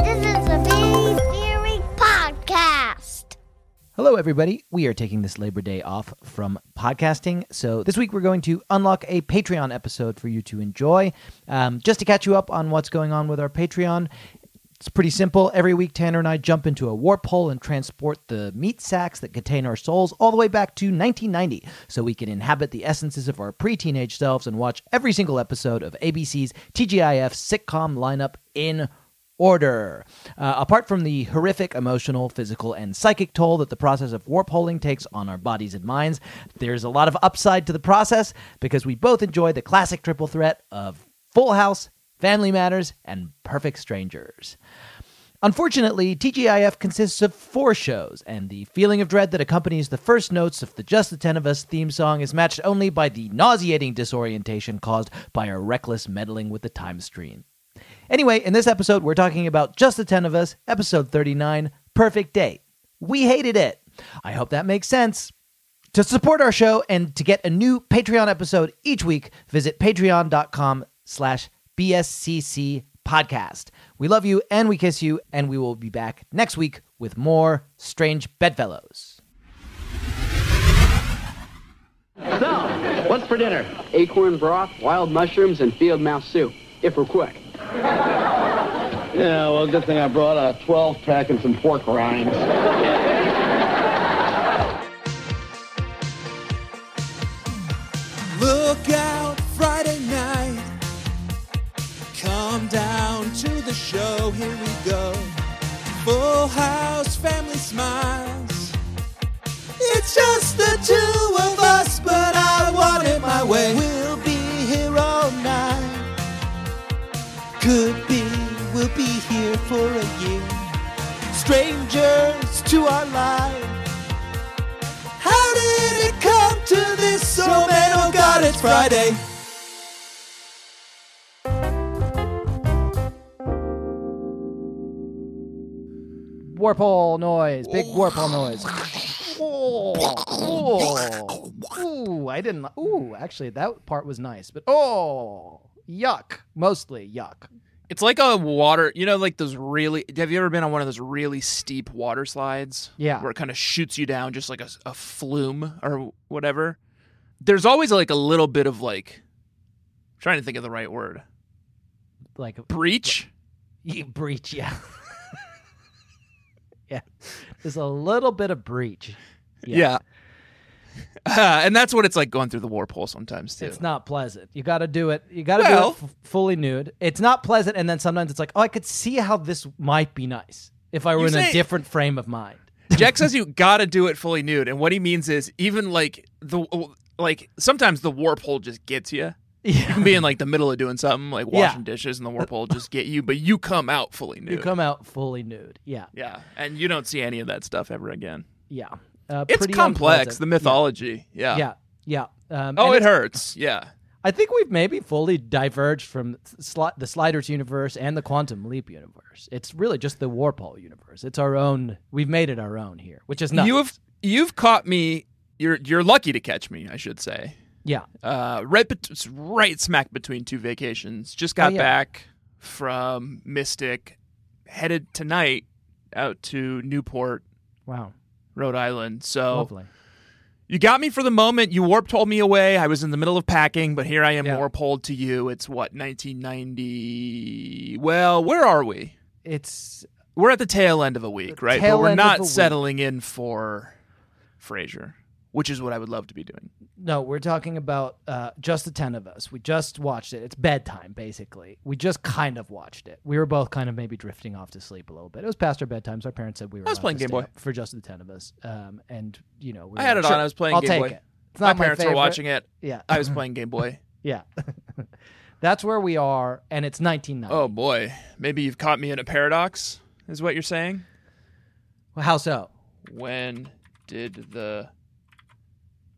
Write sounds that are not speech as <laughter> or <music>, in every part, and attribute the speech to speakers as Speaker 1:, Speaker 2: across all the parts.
Speaker 1: This is the Big Theory Podcast.
Speaker 2: Hello, everybody. We are taking this Labor Day off from podcasting. So, this week we're going to unlock a Patreon episode for you to enjoy. Um, just to catch you up on what's going on with our Patreon, it's pretty simple. Every week, Tanner and I jump into a warp hole and transport the meat sacks that contain our souls all the way back to 1990 so we can inhabit the essences of our pre teenage selves and watch every single episode of ABC's TGIF sitcom lineup in order. Uh, apart from the horrific emotional, physical, and psychic toll that the process of warp holing takes on our bodies and minds, there's a lot of upside to the process because we both enjoy the classic triple threat of Full House, Family Matters, and Perfect Strangers. Unfortunately, TGIF consists of four shows, and the feeling of dread that accompanies the first notes of the Just the Ten of Us theme song is matched only by the nauseating disorientation caused by our reckless meddling with the time stream. Anyway, in this episode, we're talking about Just the 10 of Us, episode 39, Perfect Day. We hated it. I hope that makes sense. To support our show and to get a new Patreon episode each week, visit patreon.com slash BSCC podcast. We love you and we kiss you, and we will be back next week with more Strange Bedfellows.
Speaker 3: So, what's for dinner? Acorn broth, wild mushrooms, and field mouse soup, if we're quick. Yeah, well, good thing I brought a 12-pack and some pork rinds.
Speaker 4: Look out Friday night. Come down to the show. Here we go. Full house, family smiles. It's just the two of us, but I want it my way. We'll be here all night. Could be we'll be here for a year. Strangers to our lives. How did it come to this? So man, oh God, it's Friday.
Speaker 2: Warp hole noise, big warp hole noise. Oh, oh. Ooh, I didn't. li- Ooh, actually, that part was nice, but oh, yuck. Mostly yuck.
Speaker 5: It's like a water, you know, like those really. Have you ever been on one of those really steep water slides?
Speaker 2: Yeah.
Speaker 5: Where it kind of shoots you down just like a, a flume or whatever. There's always like a little bit of like, I'm trying to think of the right word.
Speaker 2: Like a
Speaker 5: Breach?
Speaker 2: Ye- breach, yeah. <laughs> yeah, there's a little bit of breach.
Speaker 5: Yeah. Uh, <laughs> and that's what it's like going through the warp hole sometimes too.
Speaker 2: It's not <laughs> pleasant. You got to do it. You got to
Speaker 5: Well-
Speaker 2: do it f- fully nude. It's not pleasant, and then sometimes it's like, oh, I could see how this might be nice if I were
Speaker 5: You
Speaker 2: in a
Speaker 5: say-
Speaker 2: different frame of mind.
Speaker 5: Jack says you gotta do it fully nude, and what he means is even like the like sometimes the warp hole just gets you. You <laughs>
Speaker 2: Yeah.
Speaker 5: can be in like the middle of doing something, like
Speaker 2: Yeah.
Speaker 5: washing dishes, and the warp hole just get you, but you come out fully nude.
Speaker 2: You come out fully nude. Yeah,
Speaker 5: Yeah, and you don't see any of that stuff ever again.
Speaker 2: yeah. Uh,
Speaker 5: It's
Speaker 2: pretty
Speaker 5: complex,
Speaker 2: unpleasant.
Speaker 5: the mythology. Yeah.
Speaker 2: Yeah, yeah. Um,
Speaker 5: Oh,
Speaker 2: and
Speaker 5: it
Speaker 2: it's-
Speaker 5: hurts. Yeah.
Speaker 2: I think we've maybe fully diverged from sli- the Sliders universe and the Quantum Leap universe. It's really just the Warp Hole universe. It's our own. We've made it our own here, which is nice.
Speaker 5: You have you've caught me. You're you're lucky to catch me, I should say.
Speaker 2: yeah,
Speaker 5: Uh, right, bet- it's right smack between two vacations. Just got
Speaker 2: Oh, yeah.
Speaker 5: back from Mystic, headed tonight out to Newport,
Speaker 2: wow,
Speaker 5: Rhode Island. So
Speaker 2: lovely.
Speaker 5: You got me for the moment. You warp told me away. I was in the middle of packing, but here I am
Speaker 2: Yeah.
Speaker 5: warp holed to you. It's what, 1990? Well, where are we?
Speaker 2: It's
Speaker 5: We're at the tail end of a week, right?
Speaker 2: tail
Speaker 5: But we're
Speaker 2: end of
Speaker 5: not
Speaker 2: a week.
Speaker 5: settling in for Frasier, which is what I would love to be doing.
Speaker 2: no, we're talking about uh, just the ten of us. We just watched it. It's bedtime, basically. We just kind of watched it. We were both kind of maybe drifting off to sleep a little bit. It was past our bedtime, so our parents said we were.
Speaker 5: I was
Speaker 2: allowed
Speaker 5: playing
Speaker 2: to
Speaker 5: Game
Speaker 2: stay
Speaker 5: Boy.
Speaker 2: up for just the ten of us. Um, and you know, we
Speaker 5: I
Speaker 2: were
Speaker 5: had
Speaker 2: like,
Speaker 5: it on.
Speaker 2: "Sure,
Speaker 5: I was playing
Speaker 2: I'll
Speaker 5: Game
Speaker 2: take
Speaker 5: Boy.
Speaker 2: It. It's
Speaker 5: My
Speaker 2: not
Speaker 5: parents were
Speaker 2: favorite.
Speaker 5: watching it.
Speaker 2: Yeah,
Speaker 5: I was
Speaker 2: <clears throat>
Speaker 5: playing Game Boy.
Speaker 2: yeah. <laughs> That's where we are, and it's 1990.
Speaker 5: Oh boy, maybe you've caught me in a paradox, is what you're saying.
Speaker 2: Well, How so?
Speaker 5: When did the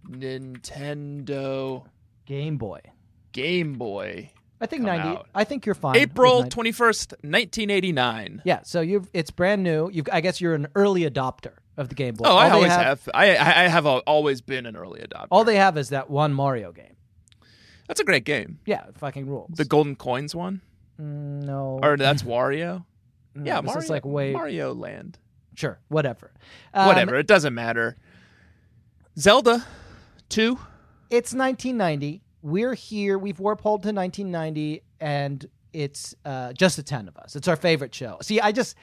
Speaker 5: Nintendo
Speaker 2: Game Boy.
Speaker 5: Game Boy?
Speaker 2: I think
Speaker 5: Come
Speaker 2: 90.
Speaker 5: out.
Speaker 2: I think you're fine. with
Speaker 5: April
Speaker 2: 90.
Speaker 5: 21st, 1989.
Speaker 2: Yeah, so you've it's brand new. You I guess you're an early adopter of the Game Boy.
Speaker 5: Oh, I
Speaker 2: All they
Speaker 5: always have. I I I have al- always been an early adopter.
Speaker 2: All they have is that one Mario game.
Speaker 5: That's a great game.
Speaker 2: Yeah, it fucking rules. Mm,
Speaker 5: The Golden Coins one,
Speaker 2: no,
Speaker 5: or
Speaker 2: <laughs>
Speaker 5: that's Wario.
Speaker 2: no,
Speaker 5: yeah,
Speaker 2: this
Speaker 5: Mario,
Speaker 2: is like way
Speaker 5: Mario Land.
Speaker 2: sure, whatever, Um,
Speaker 5: Whatever, it doesn't matter. Zelda, two.
Speaker 2: It's 1990. We're here. We've warp holed to 1990, and it's uh, just the ten of us. It's our favorite show. See, I just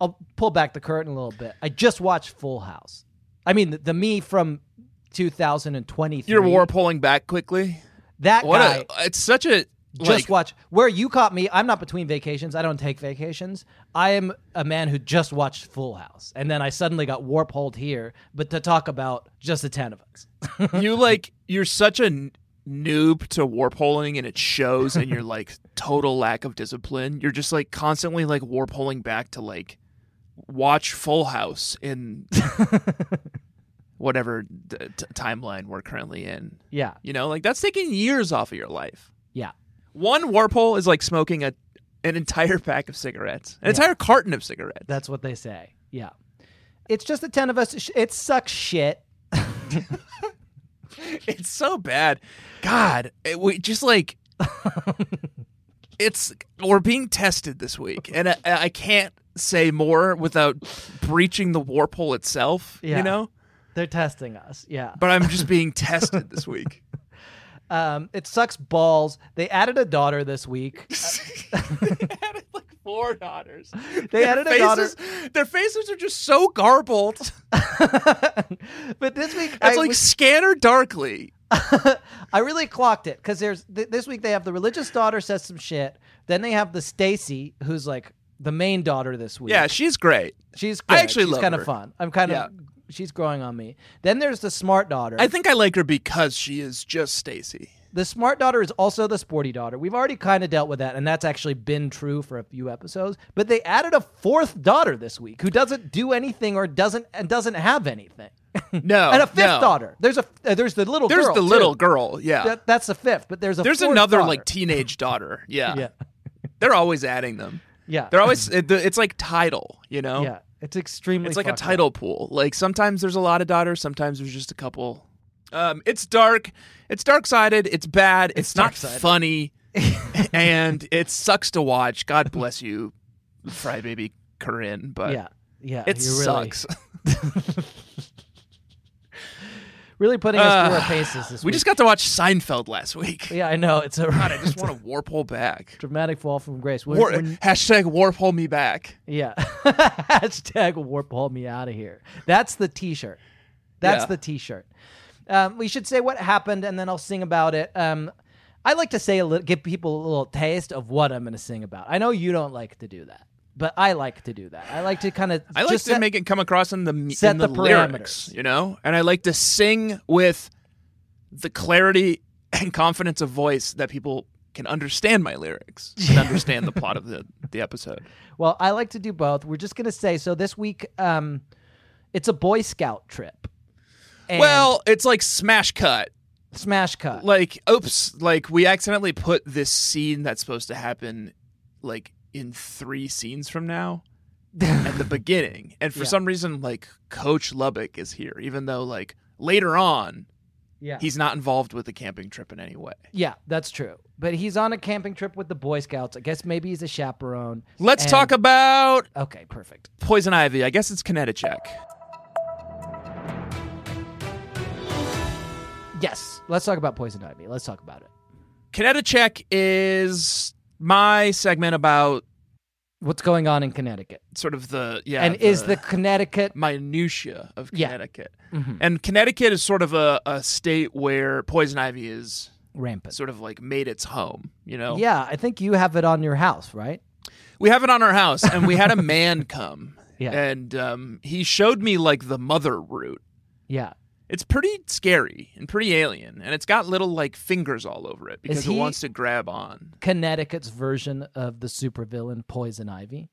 Speaker 2: I'll pull back the curtain a little bit. I just watched Full House. I mean, the, the me from 2023.
Speaker 5: You're war pulling back quickly.
Speaker 2: That
Speaker 5: What
Speaker 2: guy.
Speaker 5: a, it's such a
Speaker 2: just
Speaker 5: like,
Speaker 2: watch where you caught me i'm not between vacations i don't take vacations i am a man who just watched full house and then i suddenly got warp holed here but to talk about just the 10 of us
Speaker 5: you like you're such a n- noob to warp holing and it shows in your like total lack of discipline you're just like constantly like warp holing back to like watch full house in whatever d- t- timeline we're currently in
Speaker 2: yeah
Speaker 5: you know like that's taking years off of your life
Speaker 2: yeah
Speaker 5: one warp hole is like smoking a an entire <laughs> pack of cigarettes an entire carton of cigarettes
Speaker 2: that's what they say yeah it's just the 10 of us Sh- it sucks shit
Speaker 5: <laughs> It's so bad. God, it, we just like it's we're being tested this week, and I, I can't say more without breaching the warp hole itself.
Speaker 2: Yeah.
Speaker 5: You know,
Speaker 2: they're testing us yeah
Speaker 5: but I'm just being tested
Speaker 2: <laughs>
Speaker 5: this week.
Speaker 2: um, it sucks balls they added a daughter this
Speaker 5: <laughs>
Speaker 2: week
Speaker 5: added like four daughters.
Speaker 2: They added a daughter.
Speaker 5: daughter. Their faces are just so garbled.
Speaker 2: <laughs> but this week I
Speaker 5: It's like
Speaker 2: was-
Speaker 5: Scanner Darkly.
Speaker 2: I really clocked it because there's th- this week they have the religious daughter says some shit. Then they have the Stacy who's like the main daughter this week.
Speaker 5: Yeah, she's great.
Speaker 2: she's good.
Speaker 5: I actually
Speaker 2: she's
Speaker 5: love
Speaker 2: kind of
Speaker 5: her.
Speaker 2: fun. I'm kind of she's growing on me. Then there's the smart daughter.
Speaker 5: I think I like her because she is just Stacy.
Speaker 2: the smart daughter is also the sporty daughter. We've already kind of dealt with that, and that's actually been true for a few episodes. But they added a fourth daughter this week who doesn't do anything or doesn't and doesn't have anything. <laughs>
Speaker 5: No,
Speaker 2: and a fifth
Speaker 5: no.
Speaker 2: daughter. There's a uh, there's the little
Speaker 5: There's
Speaker 2: girl,
Speaker 5: the
Speaker 2: too.
Speaker 5: little girl. Yeah.
Speaker 2: That- that's the fifth, but there's a
Speaker 5: There's
Speaker 2: fourth
Speaker 5: another
Speaker 2: daughter.
Speaker 5: like teenage daughter. Yeah.
Speaker 2: yeah
Speaker 5: They're always adding them.
Speaker 2: yeah
Speaker 5: They're
Speaker 2: <laughs>
Speaker 5: always it, it's like title, you know?
Speaker 2: Yeah, it's extremely.
Speaker 5: It's like a
Speaker 2: fucked up.
Speaker 5: title pool. Like sometimes there's a lot of daughters, sometimes there's just a couple. Um it's dark. It's dark-sided, it's bad, it's, not
Speaker 2: dark-sided. <laughs>
Speaker 5: funny. and it sucks to watch. God bless you, Frybaby Corinne, but
Speaker 2: Yeah, yeah.
Speaker 5: it
Speaker 2: you're really,
Speaker 5: sucks.
Speaker 2: Really putting us through
Speaker 5: Uh,
Speaker 2: our
Speaker 5: <sighs>
Speaker 2: paces this
Speaker 5: we
Speaker 2: week.
Speaker 5: just got to watch Seinfeld last week.
Speaker 2: Yeah, I know. It's a
Speaker 5: God, I just want to warp hole back.
Speaker 2: <laughs> dramatic fall from grace. We're,
Speaker 5: War-
Speaker 2: we're-
Speaker 5: hashtag warp hole me back.
Speaker 2: yeah. <laughs> Hashtag warp all me out of here. That's the T-shirt. That's
Speaker 5: Yeah.
Speaker 2: the T-shirt. Um, we should say what happened, and then I'll sing about it. Um, I like to say a little, give people a little taste of what I'm going to sing about. I know you don't like to do that, but I like to do that. I like to kind of
Speaker 5: I like to
Speaker 2: just set-
Speaker 5: make it come across in the m-
Speaker 2: set
Speaker 5: in the,
Speaker 2: the
Speaker 5: lyrics,
Speaker 2: parameters.
Speaker 5: you know, and I like to sing with the clarity <laughs> and confidence of voice that people can understand my lyrics
Speaker 2: <laughs>
Speaker 5: and understand the plot of the, the episode.
Speaker 2: Well, I like to do both. We're just gonna say so. This week, um, it's a Boy Scout trip. And
Speaker 5: well, it's like smash cut.
Speaker 2: smash cut.
Speaker 5: Like, oops, like we accidentally put this scene that's supposed to happen like in three scenes from now at the
Speaker 2: <laughs>
Speaker 5: beginning. And for
Speaker 2: Yeah.
Speaker 5: some reason, like Coach Lubbock is here, even though like later on
Speaker 2: yeah,
Speaker 5: he's not involved with the camping trip in any way.
Speaker 2: yeah, that's true. But he's on a camping trip with the Boy Scouts. I guess maybe he's a chaperone.
Speaker 5: Let's
Speaker 2: And-
Speaker 5: talk about
Speaker 2: Okay, perfect.
Speaker 5: poison ivy. I guess it's Connecticut.
Speaker 2: Yes, let's talk about poison ivy. Let's talk about it.
Speaker 5: Connecticut is my segment about
Speaker 2: what's going on in Connecticut,
Speaker 5: sort of the yeah
Speaker 2: and is the Connecticut
Speaker 5: minutia of
Speaker 2: Yeah. Mm-hmm.
Speaker 5: Connecticut. And Connecticut is sort of a, a state where poison ivy is
Speaker 2: rampant?
Speaker 5: sort of like made its home, you know?
Speaker 2: Yeah, I think you have it on your house, right?
Speaker 5: We have it on our house, and we
Speaker 2: <laughs>
Speaker 5: had a man come.
Speaker 2: Yeah.
Speaker 5: And um, he showed me like the mother root.
Speaker 2: Yeah.
Speaker 5: It's pretty scary and pretty alien, and it's got little like fingers all over it because
Speaker 2: he-
Speaker 5: it wants to grab on.
Speaker 2: Connecticut's version of the supervillain Poison Ivy,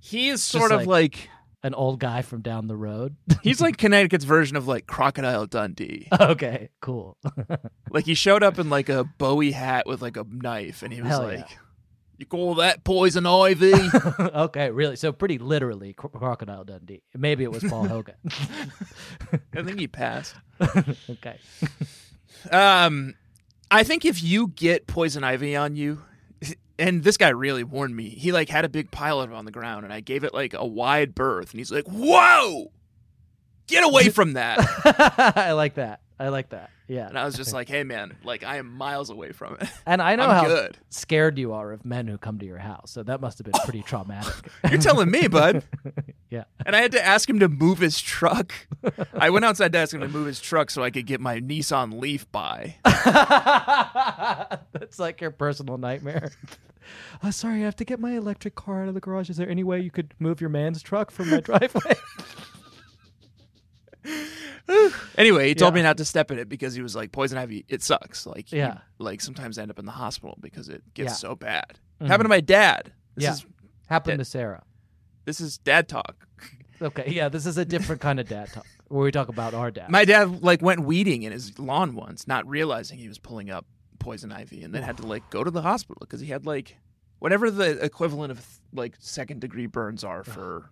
Speaker 5: He is
Speaker 2: Just
Speaker 5: sort of like,
Speaker 2: an old guy from down the road. <laughs>
Speaker 5: he's like Connecticut's version of like Crocodile Dundee.
Speaker 2: okay, cool. <laughs>
Speaker 5: like he showed up in like a Bowie hat with like a knife, and he was
Speaker 2: Hell yeah.
Speaker 5: like, "You call that
Speaker 2: <laughs>
Speaker 5: poison ivy?"
Speaker 2: okay, really. So pretty literally Cro- Crocodile Dundee. Maybe it was Paul
Speaker 5: <laughs>
Speaker 2: Hogan. <laughs>
Speaker 5: I think he passed.
Speaker 2: okay.
Speaker 5: Um, I think if you get poison ivy on you, and this guy really warned me. He like had a big pile of it on the ground, and I gave it like a wide berth, and he's like, "Whoa, get
Speaker 2: <laughs>
Speaker 5: away from that!"
Speaker 2: I like that. I like that. Yeah.
Speaker 5: and I was just like, "Hey, man, like I am miles away from
Speaker 2: <laughs>
Speaker 5: it. <laughs>
Speaker 2: And I know
Speaker 5: I'm
Speaker 2: how
Speaker 5: good.
Speaker 2: scared you are of men who come to your house. So that must have been pretty
Speaker 5: <laughs>
Speaker 2: traumatic. <laughs>
Speaker 5: You're telling me, bud."
Speaker 2: Yeah. <laughs>
Speaker 5: And I had to ask him to move his truck. I went outside to ask him to move his truck so I could get my Nissan Leaf by.
Speaker 2: That's like your personal nightmare. <laughs> Oh, sorry, I have to get my electric car out of the garage. Is there any way you could move your man's truck from my <laughs> driveway?
Speaker 5: Anyway, he told
Speaker 2: Yeah.
Speaker 5: me not to step in it because he was like, "Poison ivy, it sucks." Like, you,
Speaker 2: Yeah.
Speaker 5: like sometimes I end up in the hospital because it gets
Speaker 2: Yeah. Mm-hmm.
Speaker 5: so bad. Happened to my dad. This
Speaker 2: Yeah.
Speaker 5: is
Speaker 2: Happened to
Speaker 5: Yeah.
Speaker 2: Sarah.
Speaker 5: this is dad talk. <laughs>
Speaker 2: Okay, yeah, this is a different kind of dad talk where we talk about our dad.
Speaker 5: My dad like went weeding in his lawn once, not realizing he was pulling up poison ivy, and then had to like go to the hospital because he had like whatever the equivalent of like second degree burns are for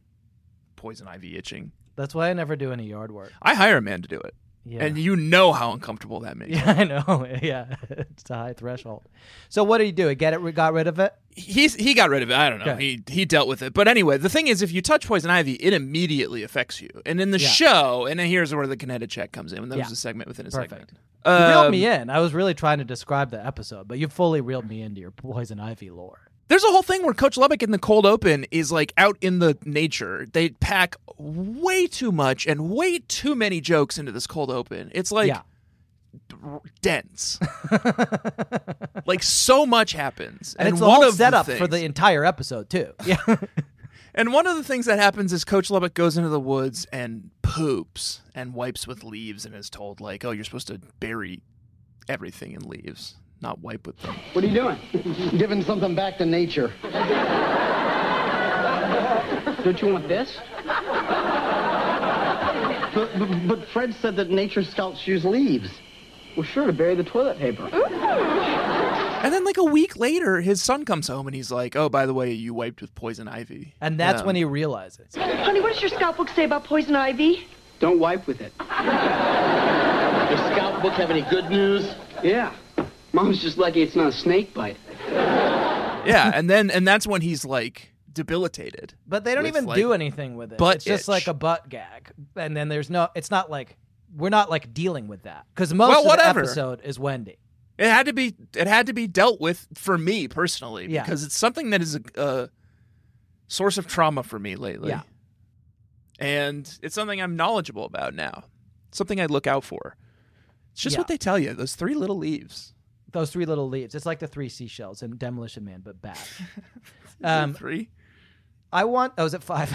Speaker 5: poison ivy itching.
Speaker 2: That's why I never do any yard work.
Speaker 5: I hire a man to do it,
Speaker 2: Yeah.
Speaker 5: and you know how uncomfortable that
Speaker 2: <laughs>
Speaker 5: makes.
Speaker 2: yeah, I know. <laughs> Yeah, it's a high threshold. So what did he do? He Get it? Got rid of it?
Speaker 5: he's he got rid of it. I don't know.
Speaker 2: Okay.
Speaker 5: He he dealt with it. But anyway, the thing is, if you touch poison ivy, it immediately affects you. And in the
Speaker 2: Yeah.
Speaker 5: show, and then here's where the kinetic check comes in. And that
Speaker 2: Yeah.
Speaker 5: was a segment within a
Speaker 2: Perfect.
Speaker 5: segment.
Speaker 2: You reeled
Speaker 5: Um,
Speaker 2: me in. I was really trying to describe the episode, but you fully reeled me into your poison ivy lore.
Speaker 5: There's a whole thing where Coach Lubbock in the cold open is like out in the nature. They pack way too much and way too many jokes into this cold open. It's like
Speaker 2: yeah. <laughs>
Speaker 5: dense. like so much happens.
Speaker 2: And, it's the
Speaker 5: one
Speaker 2: whole
Speaker 5: of
Speaker 2: setup
Speaker 5: the
Speaker 2: for the
Speaker 5: things-
Speaker 2: entire episode too. Yeah.
Speaker 5: And one of the things that happens is Coach Lubbock goes into the woods and poops and wipes with leaves and is told, like, oh, you're supposed to bury everything in leaves, not wipe with them.
Speaker 6: What are you doing? <laughs> Giving something back to nature.
Speaker 3: Don't you want this?
Speaker 6: But, but, but Fred said that nature scouts use leaves.
Speaker 3: Well, sure, to bury the toilet paper.
Speaker 5: And then, like, a week later, his son comes home and he's like, oh, by the way, you wiped with poison ivy.
Speaker 2: And that's
Speaker 5: Yeah.
Speaker 2: when he realizes.
Speaker 7: Honey, what does your scout book say about poison ivy?
Speaker 3: Don't wipe with it.
Speaker 6: Does scout book have any good news?
Speaker 3: Yeah. Mom's just lucky it's not a snake bite.
Speaker 5: Yeah. And then, and that's when he's like debilitated.
Speaker 2: But they don't
Speaker 5: with,
Speaker 2: even
Speaker 5: like-
Speaker 2: do anything with it.
Speaker 5: butt
Speaker 2: it's just
Speaker 5: itch.
Speaker 2: like a butt gag. And then there's no it's not like we're not like dealing with that cuz most
Speaker 5: Well,
Speaker 2: of
Speaker 5: whatever.
Speaker 2: the episode is Wendy.
Speaker 5: It had to be. It had to be dealt with for me personally
Speaker 2: Yeah.
Speaker 5: because it's something that is a, a source of trauma for me lately.
Speaker 2: Yeah.
Speaker 5: and it's something I'm knowledgeable about now. Something I look out for. It's just
Speaker 2: Yeah.
Speaker 5: what they tell you. Those three little leaves.
Speaker 2: Those three little leaves. It's like the three seashells in Demolition Man but
Speaker 5: <laughs>
Speaker 2: bad. Um,
Speaker 5: three.
Speaker 2: I want. Oh, is it five?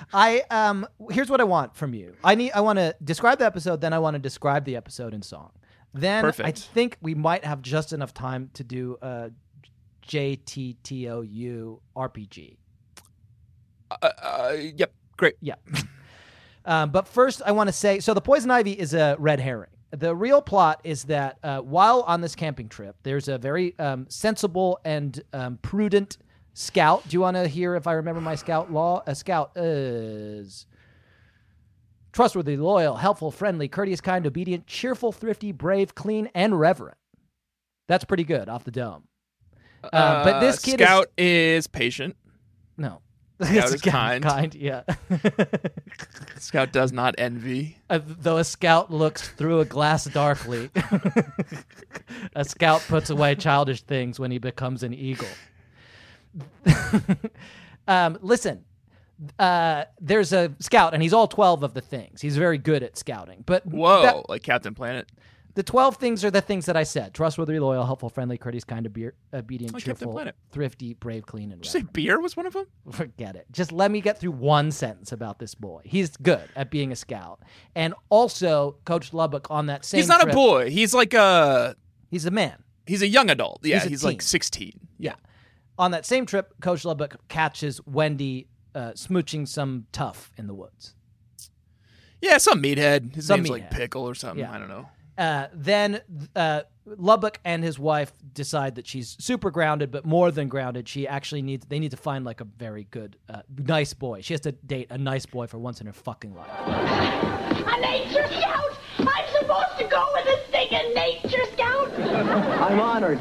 Speaker 2: <laughs> I um. Here's what I want from you. I need. I want to describe the episode. Then I want to describe the episode in song. Then I
Speaker 5: Perfect.
Speaker 2: think we might have just enough time to do a JTTOU RPG.
Speaker 5: Uh, uh, yep. Great.
Speaker 2: Yeah. um, but first, I want to say so the poison ivy is a red herring. The real plot is that uh, while on this camping trip, there's a very um, sensible and um, prudent scout. Do you want to hear if I remember my scout law? A scout is trustworthy, loyal, helpful, friendly, courteous, kind, obedient, cheerful, thrifty, brave, clean, and reverent. That's pretty good off the dome. Uh, but this kid is-
Speaker 5: scout is, patient.
Speaker 2: no. <laughs>
Speaker 5: is kind.
Speaker 2: kind, yeah. <laughs>
Speaker 5: Scout does not envy.
Speaker 2: Uh, though a scout looks through a glass darkly, a scout puts away childish things when he becomes an eagle. <laughs> Um, listen, uh, there's a scout, and he's all 12 of the things. He's very good at scouting. But
Speaker 5: Whoa,
Speaker 2: that-
Speaker 5: like Captain Planet.
Speaker 2: the 12 things are the things that I said trustworthy, loyal, helpful, friendly, courteous, kind, obe- obedient,
Speaker 5: Oh, Captain
Speaker 2: cheerful,
Speaker 5: Planet.
Speaker 2: thrifty, brave, clean, and
Speaker 5: Did you say beer was one of them?
Speaker 2: forget it. Just let me get through one sentence about this boy. He's good at being a scout. And also, Coach Lubbock on that same
Speaker 5: He's not
Speaker 2: trip-
Speaker 5: a boy. He's like a
Speaker 2: He's a man.
Speaker 5: he's a young adult. Yeah,
Speaker 2: He's
Speaker 5: he's,
Speaker 2: a teen.
Speaker 5: like 16. Yeah.
Speaker 2: On that same trip, Coach Lubbock catches Wendy uh, smooching some tough in the woods.
Speaker 5: Yeah, some meathead. His
Speaker 2: Some
Speaker 5: name's
Speaker 2: meathead.
Speaker 5: like Pickle or something.
Speaker 2: Yeah.
Speaker 5: I don't know.
Speaker 2: Uh, then uh, Lubbock and his wife decide that she's super grounded, but more than grounded, she actually needs. They need to find like a very good, uh, nice boy. She has to date a nice boy for once in her fucking life.
Speaker 7: A nature scout? I'm supposed to go with this thing, a nature scout?
Speaker 6: I'm honored.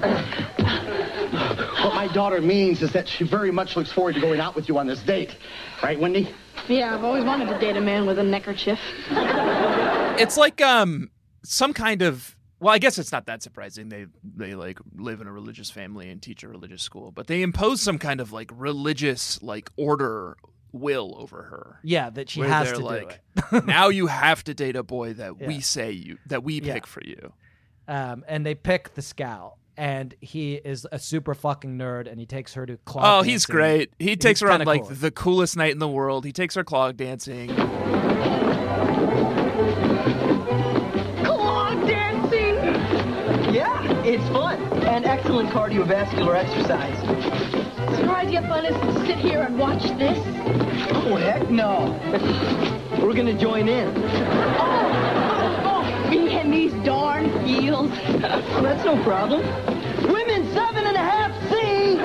Speaker 6: what my daughter means is that she very much looks forward to going out with you on this date. Right, Wendy?
Speaker 7: Yeah, I've always wanted to date a man with a neckerchief.
Speaker 5: It's like um some kind of well, I guess it's not that surprising. They they like live in a religious family and teach a religious school, but they impose some kind of like religious like order will over her.
Speaker 2: Yeah, that she
Speaker 5: where
Speaker 2: has
Speaker 5: they're
Speaker 2: to do it. <laughs>
Speaker 5: like, now you have to date a boy that
Speaker 2: Yeah.
Speaker 5: we say you that we
Speaker 2: Yeah.
Speaker 5: pick for you.
Speaker 2: um, and they pick the scout, and he is a super fucking nerd, and he takes her to clog.
Speaker 5: Oh, he's
Speaker 2: dancing.
Speaker 5: great. He takes her on
Speaker 2: kinda
Speaker 5: like
Speaker 2: cool.
Speaker 5: the coolest night in the world. He takes her clog dancing.
Speaker 7: Clog dancing!
Speaker 6: Yeah, it's fun and excellent cardiovascular exercise.
Speaker 7: So our idea of fun is to sit here and watch this?
Speaker 6: Oh, heck no. We're gonna join in.
Speaker 7: Oh, oh, oh, me and these darn heels.
Speaker 6: Well, that's no problem. Women seven and a half C.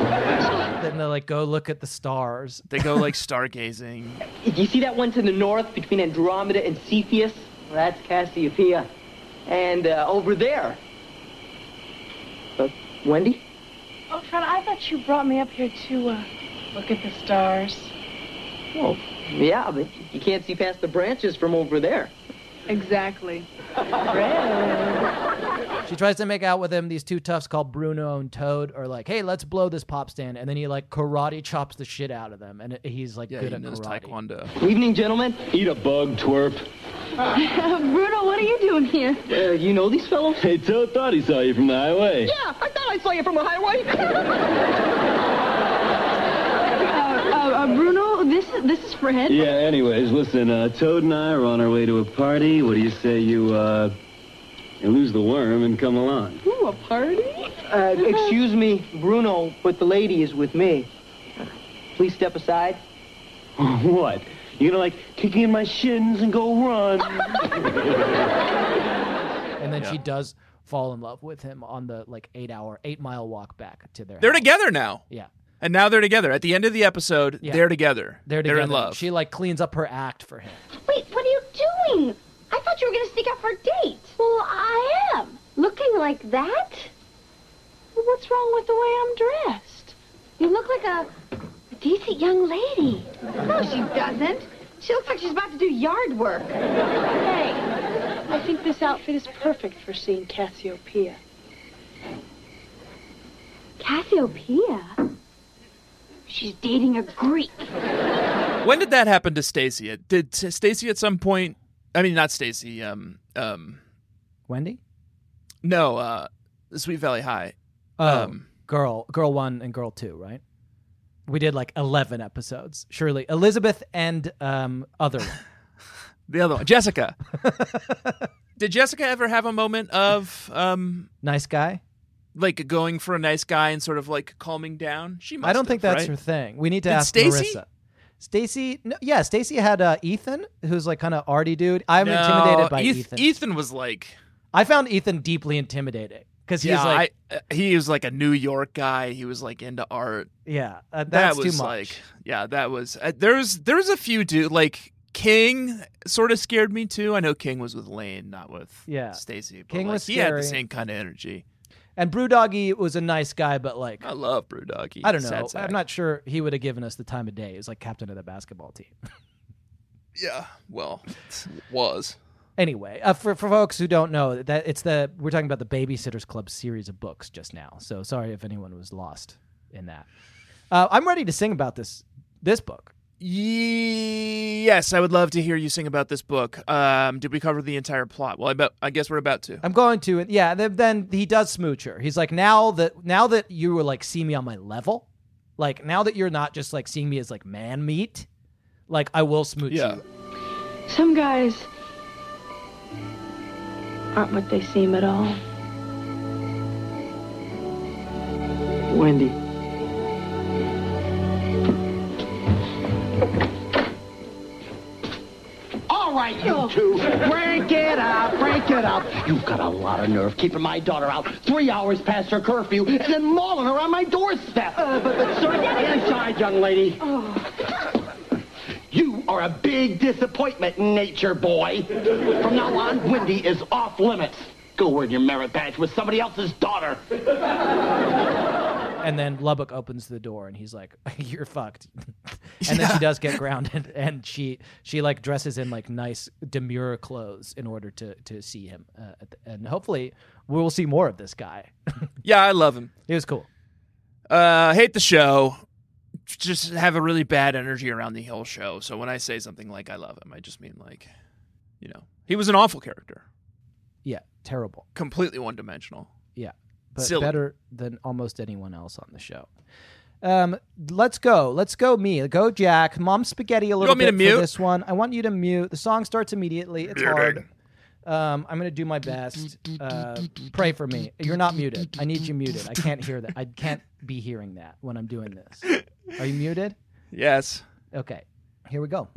Speaker 2: Then they like go look at the stars.
Speaker 5: They go like stargazing.
Speaker 2: <laughs>
Speaker 6: Do you see that one to the north between Andromeda and Cepheus? Well, that's Cassiopeia. And uh, over there. Uh, Wendy?
Speaker 7: Oh, Fred, I thought you brought me up here to, uh, look at the stars.
Speaker 6: Oh, yeah, but you can't see past the branches from over there.
Speaker 7: Exactly.
Speaker 2: She tries to make out with him. These two toughs called Bruno and Toad are like, "Hey, let's blow this pop stand," and then he like karate chops the shit out of them, and it- he's like
Speaker 5: Yeah,
Speaker 2: good
Speaker 5: he
Speaker 2: at
Speaker 5: knows
Speaker 2: karate.
Speaker 5: taekwondo.
Speaker 6: Evening, gentlemen.
Speaker 8: Eat a bug, twerp.
Speaker 7: Uh, Bruno, what are you doing here?
Speaker 6: Uh, you know these fellows?
Speaker 8: Hey, Toad thought he saw you from the highway.
Speaker 6: Yeah, I thought I saw you from a highway.
Speaker 7: Uh, <laughs> uh, uh, Bruno, this is, this is Fred.
Speaker 8: Yeah, anyways, listen, uh, Toad and I are on our way to a party. What do you say you, uh, you lose the worm and come along?
Speaker 7: Ooh, a party?
Speaker 6: Uh, excuse me, Bruno, but the lady is with me. Please step aside.
Speaker 8: <laughs> what? You gonna, like, kick me in my shins and go run?
Speaker 2: And then she does fall in love with him on the like eight hour, eight mile walk back to their.
Speaker 5: They're
Speaker 2: house.
Speaker 5: together now.
Speaker 2: Yeah,
Speaker 5: And now they're together. At the end of the episode,
Speaker 2: Yeah.
Speaker 5: they're together.
Speaker 2: they're together.
Speaker 5: in love.
Speaker 2: She like cleans up her act for him.
Speaker 1: Wait, what are you doing? I thought you were going to sneak out for a date. Well, I am. Looking like that? Well, What's wrong with the way I'm dressed? You look like a, a decent young lady. No, she doesn't. She looks like she's about to do yard work.
Speaker 7: Hey, I think this outfit is perfect for seeing Cassiopeia.
Speaker 1: Cassiopeia? She's dating a Greek.
Speaker 5: when did that happen to Stacy? It- Did S- Stacy at some point? I mean, not Stacy. Um, um,
Speaker 2: Wendy.
Speaker 5: no. Uh, Sweet Valley High. Oh.
Speaker 2: um, girl, girl one and girl two, right? We did like eleven episodes. Surely Elizabeth and um other
Speaker 5: <laughs>
Speaker 2: one.
Speaker 5: The other one, Jessica.
Speaker 2: <laughs>
Speaker 5: did Jessica ever have a moment of um,
Speaker 2: nice guy.
Speaker 5: like going for a nice guy and sort of like calming down? She. Must
Speaker 2: I don't
Speaker 5: have,
Speaker 2: think that's
Speaker 5: right?
Speaker 2: her thing. We need to
Speaker 5: Did
Speaker 2: ask
Speaker 5: Stacy?
Speaker 2: Marissa. Stacy, no, yeah, Stacy had uh, Ethan, who's like kind of arty dude. I'm
Speaker 5: No,
Speaker 2: intimidated by
Speaker 5: Eth-
Speaker 2: Ethan.
Speaker 5: Ethan was like,
Speaker 2: I found Ethan deeply intimidating because he's
Speaker 5: yeah,
Speaker 2: like,
Speaker 5: I, uh, he was like a New York guy. He was like into art.
Speaker 2: yeah, uh,
Speaker 5: that
Speaker 2: that's
Speaker 5: was
Speaker 2: too much.
Speaker 5: like yeah that was uh, there's there's a few dude like king sort of scared me too i know king was with lane not with
Speaker 2: Yeah.
Speaker 5: stacy but,
Speaker 2: King
Speaker 5: like,
Speaker 2: was
Speaker 5: he had
Speaker 2: scary.
Speaker 5: the same kind of energy
Speaker 2: and Brewdoggy was a nice guy, but like,
Speaker 5: i love brewdog He's
Speaker 2: I don't know.
Speaker 5: Oh, sad sack.
Speaker 2: I'm not sure he would have given us the time of day. He was like captain of the basketball team.
Speaker 5: yeah well was
Speaker 2: anyway, uh, for for folks who don't know, that it's the we're talking about the Babysitters Club series of books just now. So sorry if anyone was lost in that. Uh, I'm ready to sing about this This book.
Speaker 5: Yes, I would love to hear you sing about this book. Um, did we cover the entire plot? Well, I bet I guess we're about to.
Speaker 2: I'm going to it. Yeah. Then, then he does smooch her. He's like, now that now that you were like see me on my level, like now that you're not just like seeing me as like man meat, like I will smooch
Speaker 5: Yeah.
Speaker 2: you.
Speaker 1: Some guys aren't what they seem at all.
Speaker 6: Wendy.
Speaker 7: All right, you two, break it up, break it up. You've got a lot of nerve keeping my daughter out three hours past her curfew and then mauling her on my doorstep. Uh, but, but, sir, Oh. get inside, young lady. You are a big disappointment, nature boy. From now on, Wendy is off limits. Go earn your merit badge with somebody else's daughter.
Speaker 2: And then Lubbock opens the door and he's like, <laughs> "You're fucked." and then she does get grounded, <laughs> and she she like dresses in like nice demure clothes in order to to see him, uh, at the- and hopefully we'll see more of this guy. <laughs>
Speaker 5: Yeah, I love him.
Speaker 2: He was cool.
Speaker 5: Uh, hate the show. Just have a really bad energy around the whole show. So when I say something like I love him, I just mean like, you know, he was an awful character,
Speaker 2: Yeah, terrible.
Speaker 5: completely one dimensional.
Speaker 2: Yeah, but
Speaker 5: Silly.
Speaker 2: better than almost anyone else on the show. Um, let's go. Let's go, me. Go, Jack. Mom, spaghetti a little
Speaker 5: want me
Speaker 2: bit
Speaker 5: to mute?
Speaker 2: for this one. I want you to mute. The song starts immediately. It's hard. Um, I'm gonna do my best. Uh, pray for me. You're not muted. I need you muted. I can't hear that. I can't be hearing that when I'm doing this. Are you muted?
Speaker 5: Yes.
Speaker 2: Okay. Here we go.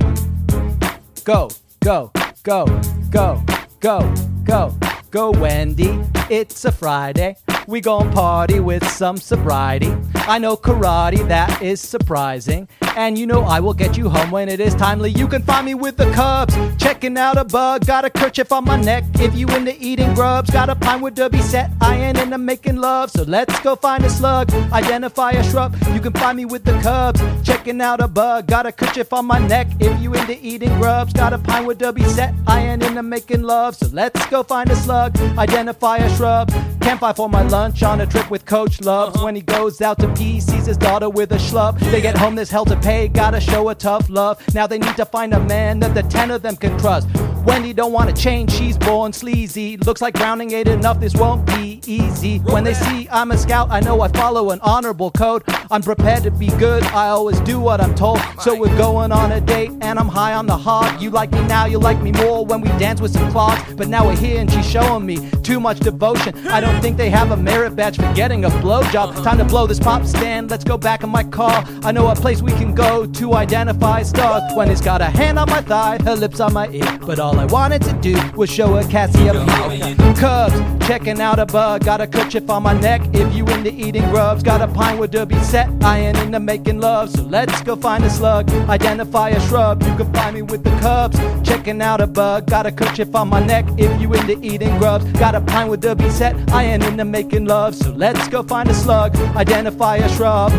Speaker 2: Go, go, go, go, go, go, go, Wendy. It's a Friday. We gon' party with some sobriety. I know karate, that is surprising. And you know I will get you home when it is timely. You can find me with the Cubs, checking out a bug. Got a kerchief on my neck if you into eating grubs. Got a pine wood to be set. I ain't into making love, so let's go find a slug. Identify a shrub. You can find me with the Cubs, checking out a bug. Got a kerchief on my neck if you into eating grubs. Got a pine wood to be set. I ain't into making love, so let's go find a slug. Identify a shrub. Campfire for my lunch on a trip with Coach Love. When he goes out to pee, sees his daughter with a schlub. They get home, there's hell to pay. Gotta show a tough love. Now they need to find a man that the ten of them can trust. Wendy don't wanna change, she's born sleazy. Looks like grounding ain't enough, this won't be easy. When they see I'm a scout, I know I follow an honorable code. I'm prepared to be good, I always do what I'm told. So we're going on a date, and I'm high on the hog. You like me now, you like me more when we dance with some clogs. But now we're here, and she's showing me too much devotion. I don't think they have a merit badge for getting a blowjob. Time to blow this pop stand, let's go back in my car. I know a place we can go to identify stars. When it's got a hand on my thigh, her lips on my ear. But all I wanted to do was show her Cassie up here. Cubs, checking out a bug. Got a kerchief on my neck if you into eating grubs. Got a pine wood to be set. I ain't into making love, so let's go find a slug. Identify a shrub, you can find me with the cubs. Checking out a bug. Got a kerchief on my neck if you into eating grubs. Got a pine wood to be set. I ain't into making love, so let's go find a slug. Identify a shrub.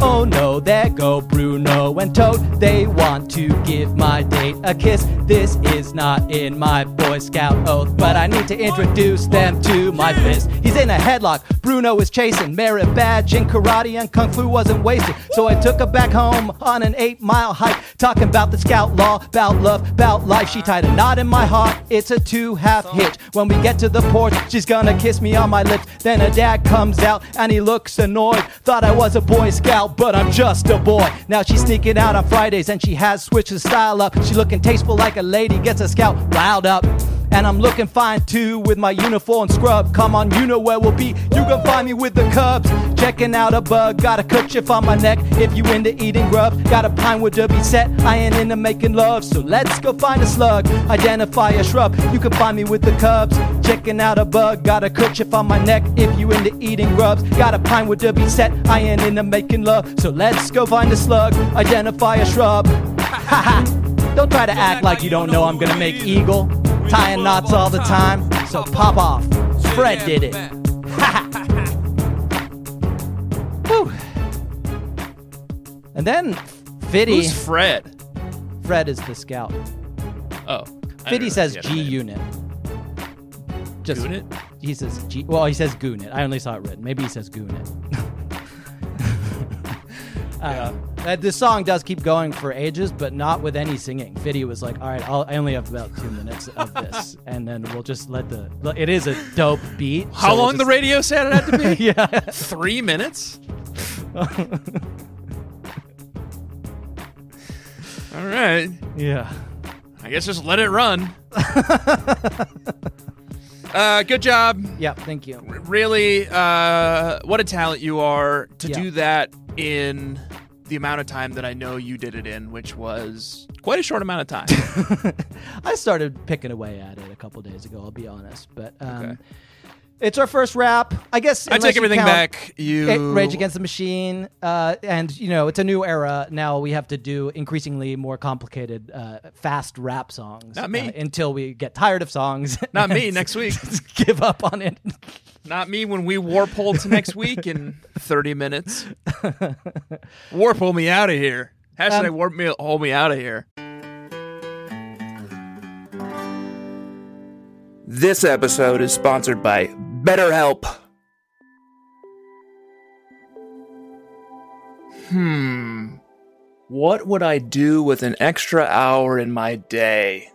Speaker 2: Oh no, there go Bruno and Toad. They want to give my date a kiss. This is not in my Boy Scout oath, but I need to introduce them to my fist. He's in a headlock. Bruno is chasing merit badge in karate and kung fu wasn't wasted. So I took her back home on an eight mile hike, talking about the scout law, about love, about life. She tied a knot in my heart. It's a two half hitch. When we get to the porch, she's gonna kiss me on my lips. Then her dad comes out and he looks annoyed. Thought I was a Boy Scout, but I'm just a boy. Now she's sneaking out on Fridays and she has switched her style up. She looking tasteful like a lady, gets a scout riled up. And I'm looking fine too with my uniform scrub. Come on, you know where we'll be. You can find me with the Cubs. Checking out a bug, got a kerchief on my neck. If you into eating grubs, got a pine wood to be set. I ain't into making love, so let's go find a slug. Identify a shrub, you can find me with the Cubs. Checking out a bug, got a kerchief on my neck. If you into eating grubs, got a pine wood to be set. I ain't into making love, so let's go find a slug. Identify a shrub. <laughs> Ha ha. Don't try to act like you don't know I'm gonna make Eagle. Tying knots all the time, so pop off. Fred did it. Ha ha. Whew. And then Fiddy,
Speaker 5: Who's Fred?
Speaker 2: Fred is the scout.
Speaker 5: Oh, I didn't
Speaker 2: Fiddy
Speaker 5: realize
Speaker 2: says
Speaker 5: he had a
Speaker 2: G
Speaker 5: name.
Speaker 2: Unit. Just
Speaker 5: Goon it?
Speaker 2: he says G. Well, he says Goonit. I only saw it written. Maybe he says Goonit. uh, Uh, the song does keep going for ages, but not with any singing. Fiddy was like, "All right, I'll, I only have about two minutes of this, and then we'll just let the." It is a dope beat. so
Speaker 9: How
Speaker 2: we'll
Speaker 9: long the
Speaker 2: just-
Speaker 9: radio said it had to be?
Speaker 2: <laughs> Yeah.
Speaker 9: Three
Speaker 2: <laughs>
Speaker 9: minutes? All right.
Speaker 2: Yeah.
Speaker 9: I guess just let it
Speaker 2: <laughs>
Speaker 9: run. uh, good job.
Speaker 2: Yeah. Thank you.
Speaker 9: R- Really, uh, what a talent you are to
Speaker 2: Yeah.
Speaker 9: do that in the amount of time that I know you did it in, which was quite a short amount of
Speaker 2: <laughs>
Speaker 9: time.
Speaker 2: I started picking away at it a couple days ago. I'll be honest, but um, it's our first rap. I guess
Speaker 9: I
Speaker 2: unless
Speaker 9: take
Speaker 2: you
Speaker 9: everything
Speaker 2: count
Speaker 9: back. You
Speaker 2: it- Rage Against the Machine, uh, and you know it's a new era now. We have to do increasingly more complicated, uh, fast rap songs.
Speaker 9: Not me.
Speaker 2: uh, until we get tired of songs.
Speaker 9: <laughs> Not me,
Speaker 2: <laughs> and
Speaker 9: next week.
Speaker 2: give up on it.
Speaker 9: Not me when we warp hole to next week in 30 minutes. warp hole me out of here. Hashtag warp me hole me out of here.
Speaker 5: This episode is sponsored by BetterHelp. Hmm. What would I do with an extra hour in my day?